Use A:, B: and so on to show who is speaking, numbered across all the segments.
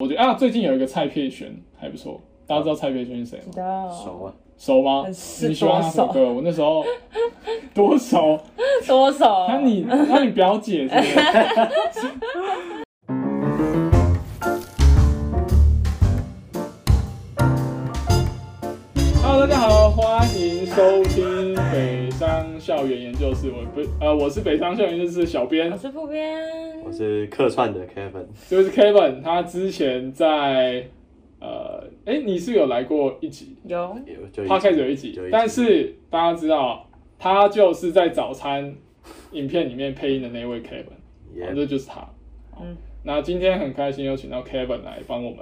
A: 我觉得啊，最近有一个蔡佩璇还不错，大家知道蔡佩璇是谁吗？
B: 知道
C: 熟啊，
A: 熟吗？
B: 很
A: 你
B: 是
A: 喜欢他什么歌？我那时 候多熟？
B: 多少？
A: 那你那你表姐是不是？Hello，大家好，欢迎收听北商校园研究室。我不呃，我是北商校园研究室的小编
B: 我，是副编，
C: 我是客串的 Kevin，
A: 就是 Kevin。他之前在呃，哎、你是有来过一集
B: 有
C: 有就一集
A: p 开始有一集
C: 就一，集
A: 但是大家知道，他就是在早餐影片里面配音的那位 Kevin。
C: 也
A: 哦这就是他。
B: 嗯
A: 嗯，那今天很开心有请到 Kevin 来帮我们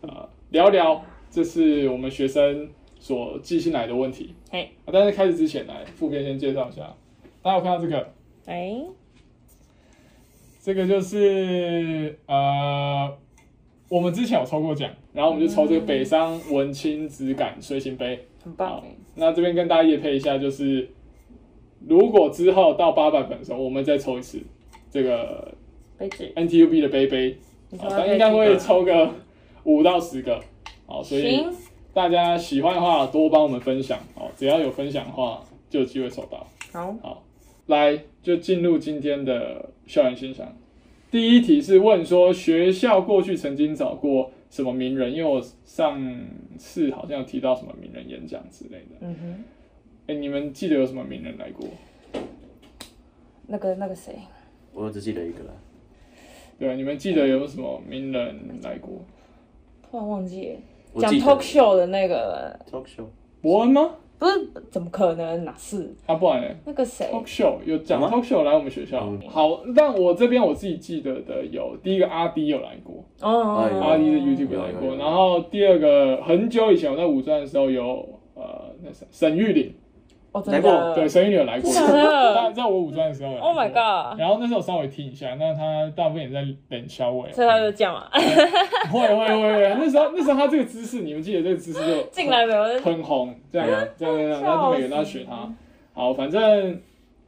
A: 呃聊聊，这是我们学生所寄信来的问题。
B: 嘿，
A: 啊、但是开始之前来，副编先介绍一下。大家有看到这个？
B: 哎，
A: 这个就是呃，我们之前有抽过奖，然后我们就抽这个北商文青质感随行杯。
B: 很棒哎
A: 好，那这边跟大家也配一下，就是如果之后到八百本的时候，我们再抽一次这个
B: 杯子，
A: NTUB 的杯杯。
B: 你说
A: 好，
B: 要
A: 但啊
B: 杯
A: 应该
B: 子
A: 会
B: 吗
A: 抽个五到十个，好，所以
B: 行，
A: 大家喜欢的话多帮我们分享，好，只要有分享的话就有机会抽到。
B: 好，
A: 好，来就进入今天的校园现象。第一题是问说学校过去曾经找过什么名人，因为我上次好像有提到什么名人演讲之类的。
B: 嗯哼，
A: 哎、你们记得有什么名人来过？
B: 那个那个谁，
C: 我只记得一个了，
A: 对，啊你们记得有什么名人来过？
B: 突然忘记了
C: 我
B: 讲
C: 记得
B: talk show 的那个，
C: talk show
A: 伯恩吗？
B: 不是怎么可能？哪是
A: 啊，不然嘞？
B: 那个谁？
A: talk show 有讲
C: 有吗
A: talk show 来我们学校。
C: 嗯
A: 好，但我这边我自己记得的有第一个阿迪有来过，
B: 哦哦
C: 哎
B: 哦
C: 有
A: 阿迪的
B: 哦
A: YouTube
C: 有
A: 来
C: 有
A: 过。
C: 有
A: 然后第二个很久以前我在五专的时候有呃那谁沈玉玲，
B: 哦，真
C: 来过
B: 的，
A: 对，沈玉玲有来过，
B: 真的假的
A: 在在我五专的时候有来过。
B: 啊，Oh my god，
A: 然后那时候我稍微听一下，那他大部分也在冷笑我。
B: 所以他就这样啊嘛，
A: 会会会会，那时候那时候他这个姿势，你们记得这个姿势就
B: 进来没有？
A: 很红，这样
C: 对啊
A: 这样这样，然
B: 笑哦
A: 后每个人都要
B: 死
A: 学他。好，反正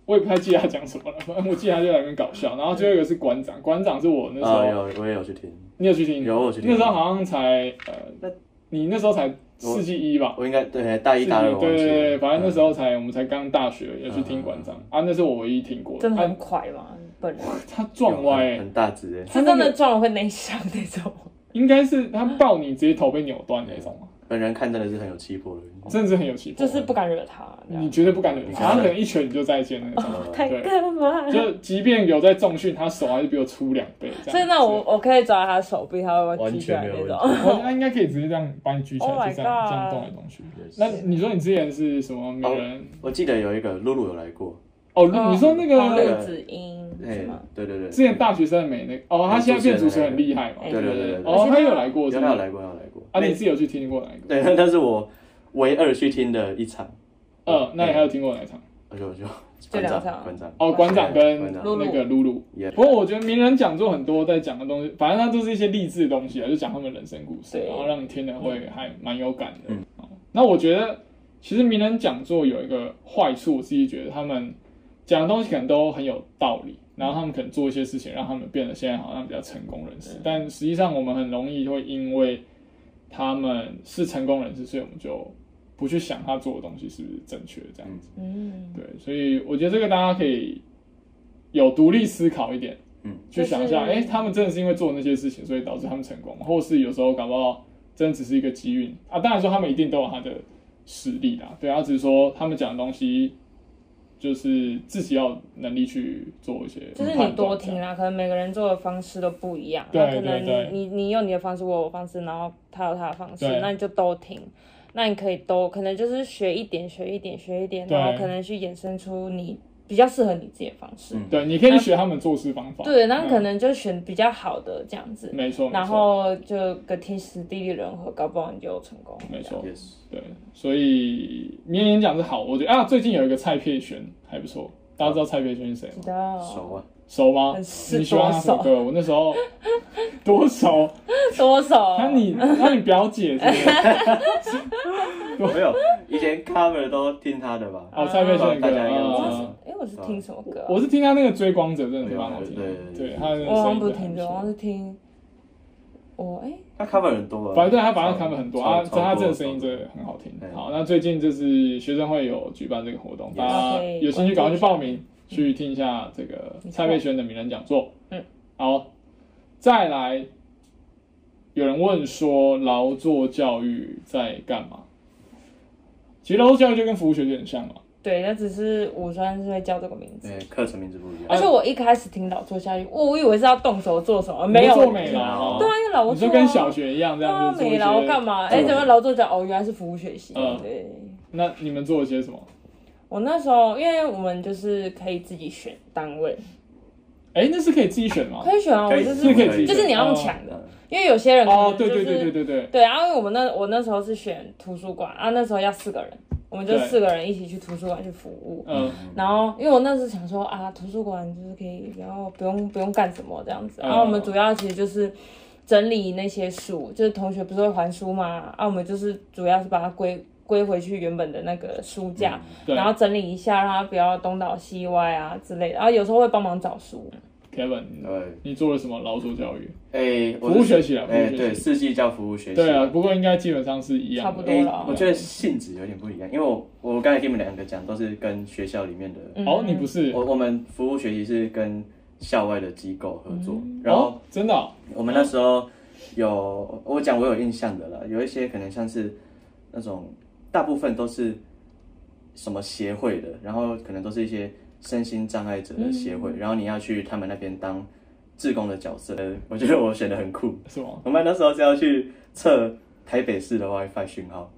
A: 我也不太记得他讲什么了， 反正我记得他就在那边搞笑。然后最后一个是馆长，馆长是我那时
C: 啊，
A: 候，
C: 有我也有去听，
A: 你有去听？
C: 有我有去听，
A: 那时候好像才
C: 那
A: 呃，你那时候才四季一吧？
C: 我应该对大一
A: 四季
C: 大二
A: 对
C: 我忘
A: 对
C: 记
A: 对
C: 了，
A: 对，反正那时候
C: 嗯
A: 才我们才刚大学，有去听馆长啊，那是我唯一听过的
B: 真的。
A: 他
B: 很快嘛，本人
A: 他撞歪
C: 有很
A: 欸，
C: 很大只诶，
B: 是真的撞了会内伤那种，
A: 应该是他抱你直接头被扭断那种，啊
C: 本人看真的是很有气魄的人，
A: 真的是很有气魄。
B: 就是不敢惹他，这样
A: 你绝对不敢惹
C: 啊你
A: 他，他
C: 看
A: 可能一拳你就再见那种。
C: 呃
B: 太可怕 了。
A: 就即便有在重训，他手还是比我粗两倍。这样
B: 所以那我我可以抓他的手臂，他会不会
C: 完
B: 举起来
C: 全没
B: 那
C: 有
B: 种
C: 问。
A: 我哦他应该可以直接这样把你举起来
B: Oh my
A: 就这样
B: God
A: 这样动来动去。那
C: 那
A: 你说你之前是什么名人？
C: 我记得有一个露露有来过，
A: 哦，
B: 嗯
A: 你说那个
B: 黄
C: 对
B: 日子英是
C: 哎
B: 吗？，
C: 对对对，
A: 之前大学生的美那个哦，他现在变主持人很厉害嘛？
B: 对
A: 不
C: 对对对对
A: 哦，他有来过
C: 有
A: 是
C: 他有
A: 吗？
C: 来过，他有来过，
A: 啊，你
C: 那
A: 自己有去听过哪一个？
C: 对， 那是我唯二去听的一场，
A: 嗯，那你还有听过哪一场？
C: 我就我就
B: 这
C: 馆
B: 两
C: 长
B: 场
C: 馆长
A: 哦，馆长跟
C: 馆长
A: 那个露露。
C: 也
A: 不过我觉得名人讲座很多在讲的东西，反正它都是一些励志的东西啊，就讲他们人生故事，
B: 对
A: 然后让你听了会还蛮有感的。
C: 嗯
A: 哦那我觉得其实名人讲座有一个坏处，我自己觉得他们讲的东西可能都很有道理，然后他们可能做一些事情让他们变得现在好像比较成功人士，但实际上我们很容易会因为他们是成功人士，所以我们就不去想他做的东西是不是正确这样子。
B: 嗯，
A: 对，所以我觉得这个大家可以有独立思考一点，
C: 嗯，
A: 去想一下，
B: 就是
A: 哎、他们真的是因为做那些事情，所以导致他们成功，或是有时候搞不好真的只是一个机运啊。当然说他们一定都有他的实力啦，对啊，只是说他们讲的东西就是自己要有能力去做一些判
B: 就
A: 断这
B: 是
A: 样，
B: 你多听啊啦，可能每个人做的方式都不一样，
A: 对
B: 那可能
A: 对对
B: 你你你有你的方式，我有我的方式，然后他有他的方式
A: 对，
B: 那你就都听。那你可以都可能就是学一点，学一点，学一点，
A: 对
B: 然后可能去衍生出你比较适合你自己的方式。
C: 嗯
A: 对，你可以学他们做事方法，
B: 对，那
A: 嗯
B: 可能就选比较好的这样子，
A: 没错，没
B: 然
A: 错
B: 后就个天时地利人和，搞不好你就成功。
A: 没错，
C: yes，
A: 对，所以名言演讲是好，我觉得啊，最近有一个蔡佩璇还不错，大家知道蔡佩璇是谁吗
B: 知？
A: 哦
B: 道
A: 熟
C: 熟啊，
A: 吗？
B: 很
A: 你
B: 是哦
A: 喜欢他什么歌？我那时 候多熟？
B: 多少？
A: 那你那你表姐是不 是？
C: 没有，以前 cover 都听他的吧，
A: 哦，蔡佩璇的
C: 大
A: 歌
C: 家应该
B: 我
C: 都知
B: 是
C: 道
A: 啊。
B: 哎，我是听什么歌啊？
A: 我是听他那个《追光者》，真的是蛮好听的
C: 对对。对
A: 对，他的
B: 我好
A: 声
B: 像
A: 音
B: 不
A: 真的还
B: 听
A: 不
B: 的，我好
A: 错
B: 像是听，我哎、
C: 他 cover 很多啊，
A: 反正对他反正他们很多啊，
C: 超
A: 他
C: 超
A: 这
C: 多
A: 个声音
C: 超
A: 真
C: 多
A: 的很好听
C: 嗯。
A: 好，那最近就是学生会有举办这个活动，
C: Yes
A: 大家
B: 可以
A: 有兴趣赶快去报
B: 关注一下
A: 名，去听一下这个
B: 没错
A: 蔡佩轩的名人讲座。
B: 嗯，
A: 好，再来，有人问说劳作教育在干嘛？其实劳作教育就跟服务学习很像嘛，
B: 对，那只是我算是会叫这个名字。
C: 对，课程名字不一
B: 而
C: 样。
B: 且我一开始听老做下去，我我以为是要动手做什么，没
A: 你
B: 有
A: 就做美劳，哦
B: 对啊，因为老
A: 你
B: 做、
A: 就
B: 啊、
A: 跟小学一样这
B: 对啊
A: 样子做一
B: 美劳
A: 些。
B: 干嘛？
C: 对
B: 哎、怎么劳作讲哦，原来是服务学习。
A: 嗯
B: 对，
A: 那你们做了些什么？
B: 我那时候因为我们就是可以自己选单位，
A: 哎，那是可以自己选吗？
B: 可以选啊，我
C: 可以
B: 就是
A: 是可以自己选，
B: 就是你要用
A: 哦
B: 抢的，
C: 嗯
B: 因为有些人可能
A: 哦，对对
B: 就
A: 对
B: 是
A: 对对对，
B: 对，然、后因为我们那我那时候是选图书馆啊，那时候要四个人，我们就
A: 对
B: 四个人一起去图书馆去服务。
A: 嗯，
B: 然后，因为我那时想说啊，图书馆就是可以不要不用不用干什么这样子。
A: 嗯
B: 然后我们主要其实就是整理那些书，就是同学不是会还书吗？啊，我们就是主要是把它归归回去原本的那个书架，
A: 嗯对
B: 然后整理一下，让它不要东倒西歪啊之类的。然后有时候会帮忙找书，
A: ，Kevin，
C: 嗯对，
A: 你做了什么劳作教育？
C: 哎，
A: 服务学习啊，
C: 我
A: 服
C: 是，
A: 务学
C: 哎，
A: 习。
C: 对，四季叫服务学习。
A: 对啊，不过应该基本上是一样的。
B: 差不多
C: 哎
B: 了啊
C: 我觉得性质有点不一样，因为我我刚才跟你们两个讲都是跟学校里面的，
B: 嗯
A: 哦，你不是
C: 我我们服务学习是跟校外的机构合作，然后
A: 哦真的哦
C: 我们那时候有我讲我有印象的啦，有一些可能像是那种大部分都是什么协会的，然后可能都是一些身心障碍者的协会，然后你要去他们那边当志工的角色，呃我觉得我选的很酷。
A: 是吗？
C: 我们那时候是要去测台北市的 WiFi 讯号，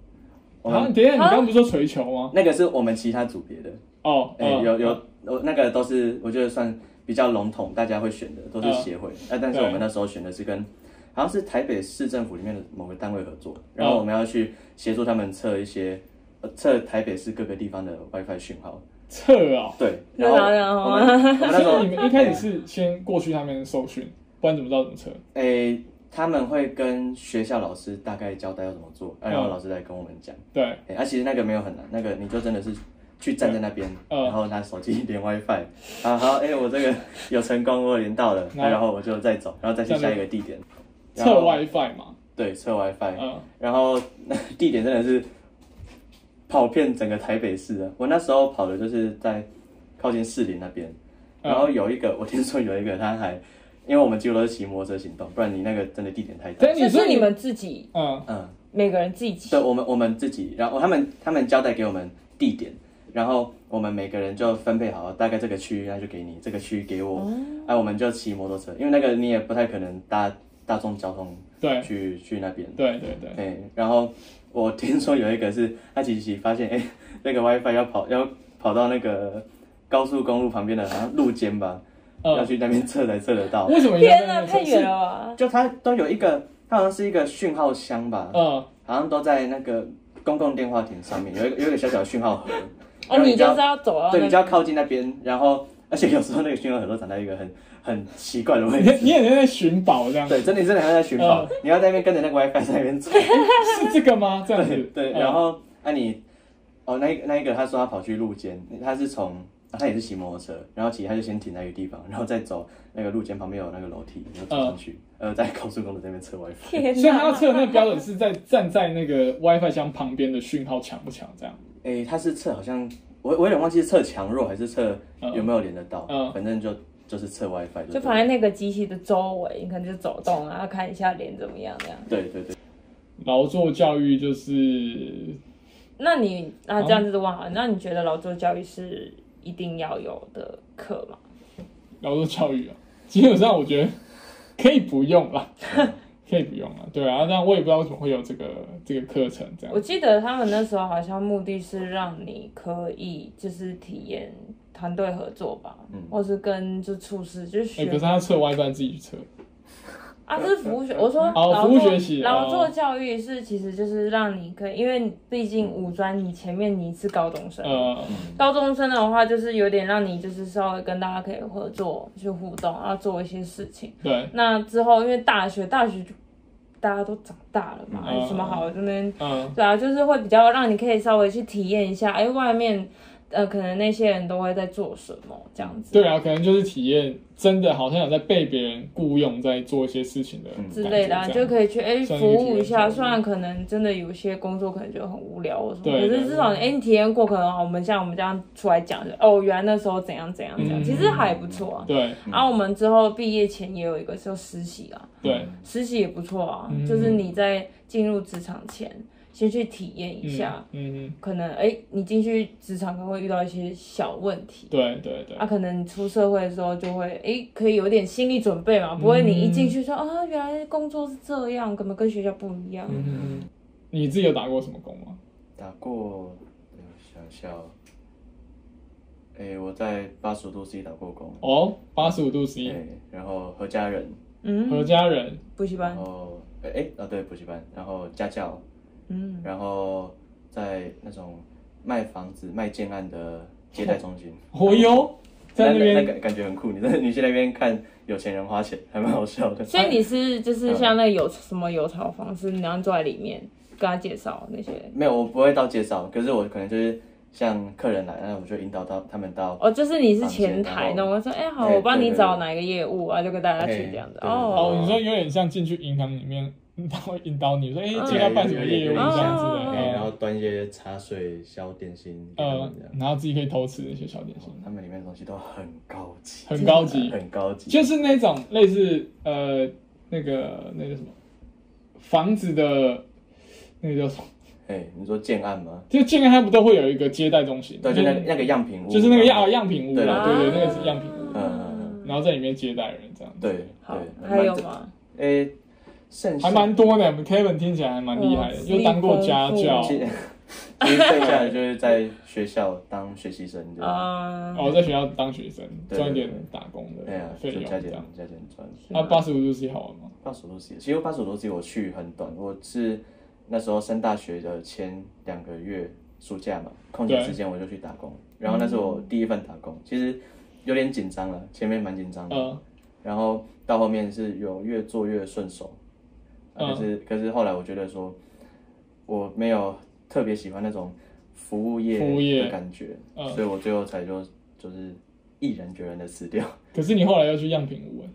C: 我
A: 啊，
C: 们
A: 等一下，你刚刚不是说锤球吗？
C: 那个是我们其他组别的，
A: 哦，
C: 哎、
A: 嗯
C: 有有，我那个都是我觉得算比较笼统，大家会选的都是协会。那、但是
A: 哦对
C: 我们那时候选的是跟好像是台北市政府里面的某个单位合
A: 哦
C: 作，然后我们要去协助他们测一些呃测台北市各个地方的 WiFi 讯号。
A: 测哦。
C: 对，
B: 那
C: 然后
B: 当然啊
C: 我们我们那时候
A: 所以你们一开始是先过去他们受训，不然怎么知道怎么测？
C: 哎、他们会跟学校老师大概交代要怎么做，啊然
A: 哦
C: 后老师来跟我们讲。
A: 对，
C: 哎、啊，其实那个没有很难，那个你就真的是去站在那边，
A: 嗯
C: 然后拿手机连 WiFi，啊好，哎、我 这个有成功，我连到了，
A: 然后
C: 那然后我就再走，然后再去
A: 这样
C: 下
A: 子
C: 一个地点，然
A: 测
C: 后
A: WiFi 嘛。
C: 对，测 WiFi，、
A: 嗯，
C: 然后 那地点真的是跑遍整个台北市啊！我那时候跑的就是在靠近士林那边，
A: 嗯
C: 然后有一个我听说有一个他还，因为我们几乎都是骑摩托车行动，不然你那个真的地点太大，
A: 但
B: 这
A: 你
B: 是
A: 说
B: 你，们自己
A: 嗯，
C: 嗯。
B: 每个人自己起
C: 对，我们我们自己，然后他们他们交代给我们地点，然后我们每个人就分配好，大概这个区域那就给你，这个区域给我，
A: 哦
C: 哎、我们就骑摩托车，因为那个你也不太可能搭大众交通
A: 对
C: 去去那边。
A: 对对对，
C: 对，然后我听说有一个是他骑骑发现， 哎，那个 WiFi 要跑要跑到那个高速公路旁边的好像路肩吧，要
A: 嗯，
C: 去那边测才测得到。
A: 为什么一定要
B: 天
A: 在那边
B: 啊哪，
A: 测
B: 太远了 吧？
C: 就它都有一个，它好像是一个讯号箱吧，
A: 嗯，
C: 好像都在那个公共电话亭上面，有一个有一个小小的讯号盒，
B: 哦，
C: 然后
B: 你就
C: 要
B: 是要走到哦
C: 对，
B: 那
C: 你就要靠近那边，然后而且有时候那个讯号盒都长在一个很很奇怪的位
A: 你你
C: 置。
A: 也在寻宝这样，
C: 对，真的真的还在寻宝，你要在那边跟着那个 WiFi 在那边走。
A: 是这个吗？这样子
C: 对，对，
A: 嗯
C: 然后那、啊你，哦，那一那一个他说他跑去路肩，他是从、啊他也是骑摩托车，然后骑他就先停在一个地方，然后再走那个路肩旁边有那个楼梯，然后走上去，呃，在高速公路那边测 WiFi。
B: 天
A: 所以他要
B: 哪！
A: 测的那个标准是在站在那个 WiFi 箱旁边的讯号强不强这样。
C: 诶，哎他是测好像我我有点忘记是测强弱还是测
A: 嗯
C: 有没有连得到，
A: 嗯
C: 反正就就是测 WiFi
B: 就
C: 对
B: 放
C: 了
B: 在那个机器的周围，你可能就走动，然后看一下脸怎么样这样。
C: 对对对，
A: 劳作教育就是
B: 那你啊那这
A: 哦
B: 样子的话，那你觉得劳作教育是一定要有的课吗？
A: 劳作教育啊，基本上我觉得可以不用 啦，嗯可以不用啦。对啊，但我也不知道为什么会有这个这个课程这样
B: 我。记得他们那时候好像目的是让你可以就是体验团队合作吧，
C: 嗯
B: 或是跟就处事就是
A: 哎、
B: 学、
A: 可是他测 WiFi 自己去测，
B: 啊，这是服务学。我说
A: 哦
B: 劳
A: 服务
B: 作
A: 学习
B: 劳作
A: 哦
B: 教育是其实就是让你可以，因为毕竟五专你前面你是高中生，
A: 呃，
B: 高中生的话，就是有点让你就是稍微跟大家可以合作去互动，然后做一些事情。
A: 对，
B: 那之后因为大学，大学就大家都长大了嘛，
A: 嗯
B: 有什么好在那边？
A: 嗯、
B: 对啊，就是会比较让你可以稍微去体验一下，哎，外面呃，可能那些人都会在做什么这样子，
A: 对啊，可能就是体验真的好像有在被别人雇佣，在做一些事情的
B: 之类的、啊，
A: 感觉这
B: 就
A: 样
B: 可以去哎、
A: 算是
B: 服
A: 一个体
B: 务一
A: 验
B: 下。
A: 活动
B: 虽然可能真的有些工作可能觉得很无聊或什么，
A: 对
B: 可
A: 对
B: 是至少哎、你体验过，可能我们像我们这样出来讲，就哦，原来那时候怎样怎样怎样，
A: 嗯
B: 其实还不错啊。
A: 对
B: 然后、我们之后毕业前也有一个叫实习啊，
A: 对，
B: 实习也不错啊，
A: 嗯
B: 就是你在进入职场前先去体验一下，
A: 嗯，嗯嗯，
B: 可能哎、你进去职场可能会遇到一些小问题。
A: 对对对
B: 啊，可能出社会的时候就会，诶，可以有点心理准备
A: 嗯
B: 嘛，不会你一进去说、啊，原来工作是这样，根本跟学校不一样。
A: 嗯嗯嗯，你自己有打过什么工吗？
C: 打过，我想一下哦，哎、我在八十度 C 打过工，
A: 哦，八十五度 C，、
C: 哎、然后和家人，
B: 嗯，
A: 何家人，
B: 补习
C: 然
A: 哦
B: 班，
C: 后哎哎、啊对补习班，然后家教，
B: 嗯，
C: 然后在那种卖房子卖建案的接待中心，
A: 哦哟，在那
C: 嗯那
A: 边
C: 感感觉很酷，你在你去那边看有钱人花钱，还蛮好笑的。
B: 所以你是
A: 嗯
B: 就是像那有什么有草方式，你要坐在里面跟他介绍那些，
C: 没有，我不会到介绍，可是我可能就是像客人来，那我就引导到他们到
B: 哦，就是你是前台
C: 房间
B: 那
C: 然后
B: 我说，哎、好，
C: 哎
B: 我帮你
C: 对对
B: 找
C: 对
B: 哪个业务啊，就跟大家
C: 哎
B: 去这样子。
C: 对对对
A: 哦，
B: 哦，
A: 你说有点像进去银行里面， 他会引导你说，哎、
B: 嗯
A: 这个要办什么业务
C: 有
A: 这
C: 点
A: 样子
B: 嗯
A: 的，
B: 嗯
C: 哎，然后
A: 嗯
C: 端一些茶水、小点心给他
A: 呃
C: 们这样。，
A: 然后自己可以偷吃那些小点心，
C: 他们里面的东西都很高级，
A: 很高级，
C: 很高级，
A: 就是那种类似呃那个那个什么房子的那个叫什么，
C: 哎，你说建案吗？
A: 就建安它不都会有一个接待中心，
C: 对，就那那个样品屋，
A: 嗯就是那个样哦样品屋
C: 对
A: 啦，对对，
C: 对
B: 啊
A: 那个是样品屋，
C: 嗯嗯
A: 然后在里面接待人这样子，
C: 对
B: 好，
C: 对，
B: 还有？吗？
C: 哎，剩下
A: 还蛮多的。我们 Kevin 听起来还蛮厉害的，
C: 哦
B: 嗯
A: 又当过家教，
C: 其实其实剩下的就是在学校当实习生这样，
B: 啊、
A: 哦，在学校当学生，
C: 对对
A: 赚一点
C: 对对
A: 打工
C: 对啊
A: 的，
C: 就
A: 费用
C: 加
A: 这
C: 减
A: 样。
C: 加减赚。
A: 啊，八十五度 C 好玩吗？
C: 巴蜀路斯，其实巴蜀路斯我去很短，我是那时候升大学的前两个月暑假嘛，空闲时间我就去打工，然后那是我第一份打工，其实有点紧张了，前面蛮紧张的，
A: 嗯
C: 然后到后面是有越做越顺手，啊
A: 嗯
C: 可是、可是后来我觉得说我没有特别喜欢那种服务业
A: 服务业
C: 的感觉，
A: 嗯
C: 所以我最后才就就是毅然决然的辞掉。
A: 可是你后来又去样品屋，欸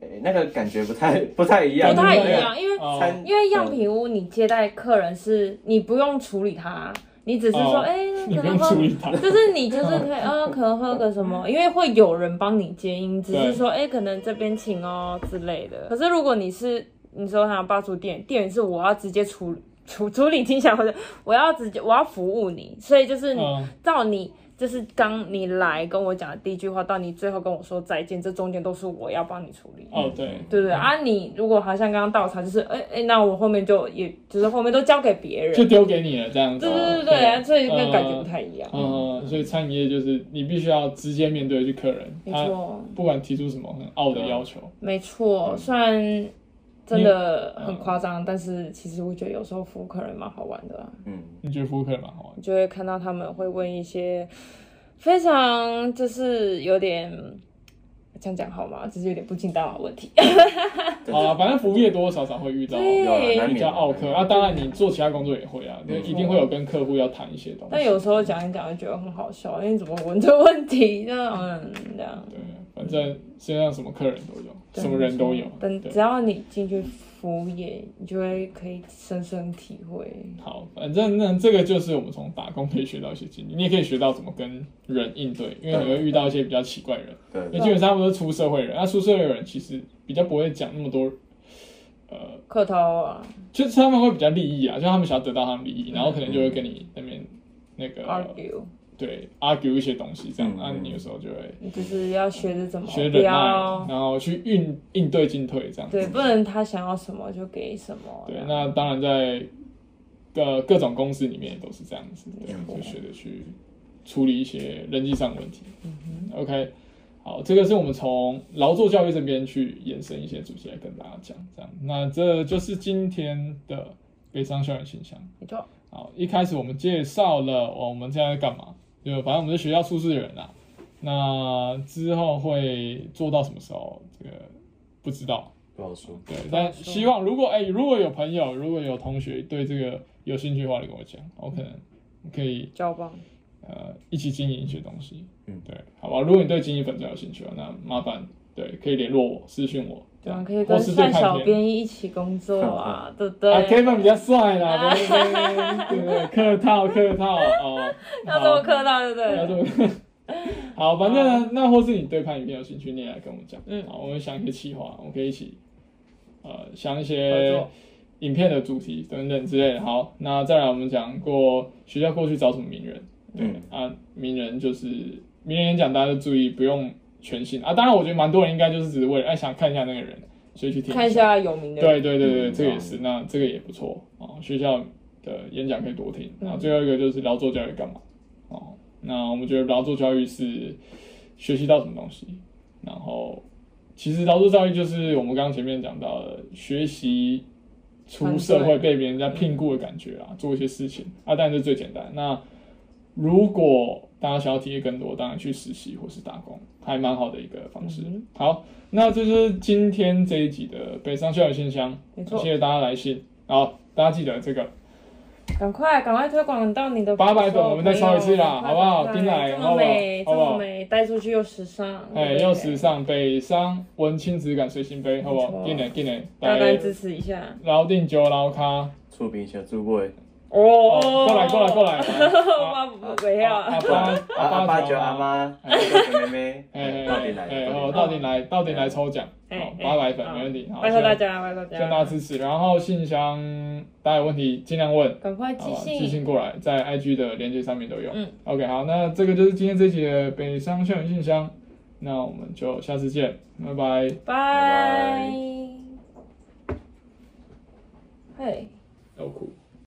C: 诶那个感觉不太不太一样，
B: 不太一
A: 对
B: 样，因为
A: 哦
C: 餐
B: 因为样品屋你接待客人是你不用处理他，你只是说，
A: 哦
B: 哎、
A: 你
B: 可
A: 不用
B: 能喝
A: 注，意它。
B: 就是你就是可以，呃，可能喝个什么，因为会有人帮你接应，只是说，哎、可能这边请哦之类的。可是如果你是你说想霸出店，店员是我要直接处处处理，听起来好像我要直接我要服务你，所以就是
A: 嗯，
B: 到你。就是刚你来跟我讲的第一句话，到你最后跟我说再见，这中间都是我要帮你处理。
A: 哦对
B: 对不对啊？你如果好像刚刚倒茶，就是哎哎，那我后面就也就是后面都交给别人，
A: 就
B: 对
A: 丢给你了这样子。
B: 对对
A: 对
B: 对啊，所以那
A: 嗯
B: 感觉不太一样，
A: 嗯，所以餐饮业就是你必须要直接面对去客人，
B: 没
A: 他
B: 错
A: 不管提出什么很傲的要求，
B: 没
A: 嗯
B: 错。虽然真的很夸张，但是其实我觉得有时候服务客人蛮好玩的啊，
C: 嗯。
A: 你觉得服务客人蛮好玩的。
B: 你就会看到他们会问一些非常就是有点这样讲好吗？就是有点不经大脑的问题，
A: 好啊啦，反正服务业多多少少会遇到
B: 对
C: 有啊难免
A: 比较傲客
B: 嗯
C: 难
A: 啊，
C: 免
A: 当然你做其他工作也会啊，就一定会有跟客户要谈一些东
B: 但
A: 西。
B: 嗯有时候讲一讲就觉得很好笑，因为怎么问这问题 呢？嗯，这样。
A: 对，反正世界上什么客人都有，
B: 对
A: 什么人都有。
B: 等
A: 对
B: 只要你进去服务业，你就会可以深深体会。
A: 好，反正那这个就是我们从打工可以学到一些经验，你也可以学到怎么跟人应对，因为你会遇到一些比较奇怪的人，
C: 对
A: 因为基本上他们都是出社会人，那啊出社会人其实比较不会讲那么多，呃，
B: 客套啊，
A: 就是他们会比较利益啊，就他们想要得到他们利益，然后可能就会跟你那边那个
B: argue，
A: 对 argue 一些东西这样，
C: 嗯
A: 那、
C: 嗯
A: 你有时候就会
B: 你就是要学着怎么
A: 学哎
B: 不
A: 忍耐，
B: 要
A: 然后去应应对进退这样。
B: 对，不能他想要什么就给什么。
A: 对，那当然在呃各种公司里面也都是这样子，对，
B: 没错
A: 就学着去处理一些人际上的问题。OK，好，这个是我们从劳作教育这边去延伸一些主题来跟大家讲，这样，那这就是今天的悲伤校园形象。
B: 你就
A: 好，一开始我们介绍了哦，我们现在在干嘛？就反正我们是学校出事人啦。那之后会做到什么时候？这个不知道。
C: 不好说。
A: 对，但希望如果哎、如果有朋友，如果有同学对这个有兴趣的话，你跟我讲，我可能可以
B: 交棒，
A: 呃一起经营一些东西。嗯，对，好吧。如果你对经营粉砖有兴趣啊，那麻烦对可以联络我，私讯我，
B: 对
A: 对
B: 啊
A: 吧？，
B: 可以
A: 或
B: 跟
A: 是对
B: 范小
A: 看片。
B: 编一起工作啊，对不
A: 啊
B: 对？
A: ，Kevin 比较帅啦，不要在那边对不对？客套客套 哦，
B: 要这么客套，对不
A: 不要
B: 对？
A: 这么 好，反正呢那或是你对拍影片有兴趣，你也来跟我们讲。
B: 嗯
A: 好，我们想一些企划，我们可以一起呃想一
B: 合
A: 些
B: 作
A: 影片的主题等等之类的。好，那再来我们讲过学校过去找什么名人，对、
B: 嗯
A: 啊，名人就是名人演讲，大家就注意不用全信啊。当然，我觉得蛮多人应该就是只是为了哎想看一下那个人，所以去听
B: 看一下有名的人，
A: 对对对对，
C: 嗯
A: 这个也
C: 哦
A: 是，那这个也不错哦。学校的演讲可以多听。然
B: 嗯
A: 后最后一个就是劳作教育干嘛？哦，那我们觉得劳作教育是学习到什么东西？然后其实劳作教育就是我们刚刚前面讲到的学习。出社
B: 团
A: 会
B: 队
A: 被别人家聘雇的感觉啊，做一些事情啊，当然是最简单。那如果大家想要体验更多，当然去实习或是打工，还蛮好的一个方式。
B: 嗯
A: 好，那这就是今天这一集的北上校友信箱，
B: 没
A: 谢
B: 错
A: 谢大家来信。好，大家记得这个
B: 赶快赶快推广到你的
A: 800粉
B: 朋友
A: 我们再烧一次啦
B: 朋
A: 好
B: 友
A: 不好
B: 赶快
A: 进来
B: 这
A: 好不
B: 么
A: 好
B: 美，这
A: 好不好
B: 么美，带出去又时尚，
A: 哎，
B: 对不对
A: 又时，尚北商文青质感随心杯，好不
B: 没
A: 好？
B: 错
A: 进来进来，
B: 大家
A: 来
B: 支持一下
A: 老定酒老咖，
C: 出兵小猪位，
B: 哦
A: 哦，过来过来过来，来
B: 我不不要
A: 阿
B: 啊，
A: 巴
C: 阿
A: 阿
C: 阿
A: 巴
C: 八
A: 九
C: 九阿
A: 阿
C: 妈，九妹妹，
A: 哎，
C: 哎到底来
A: 哎，
C: 了
A: 哦，
C: 到
A: 到
C: 底
A: 底
C: 来了
A: 来，到底来抽奖，好
B: 哎，，
A: 八百粉
B: 哎
A: 没问题，好，
B: 拜托大
A: 希
B: 家，拜托
A: 望，
B: 大
A: 希望大家，
B: 家
A: 支持。然后信箱大家有问题尽量问，
B: 赶快
A: 好
B: 寄
A: 吧，寄
B: 信，
A: 信过来，在 IG 的连接上面都有。
B: 嗯
A: ，OK，好，那这个就是今天这集的北商校园信箱，那我们就下次见，拜拜。
B: 拜
C: 拜。
B: 嘿。
A: 要哭。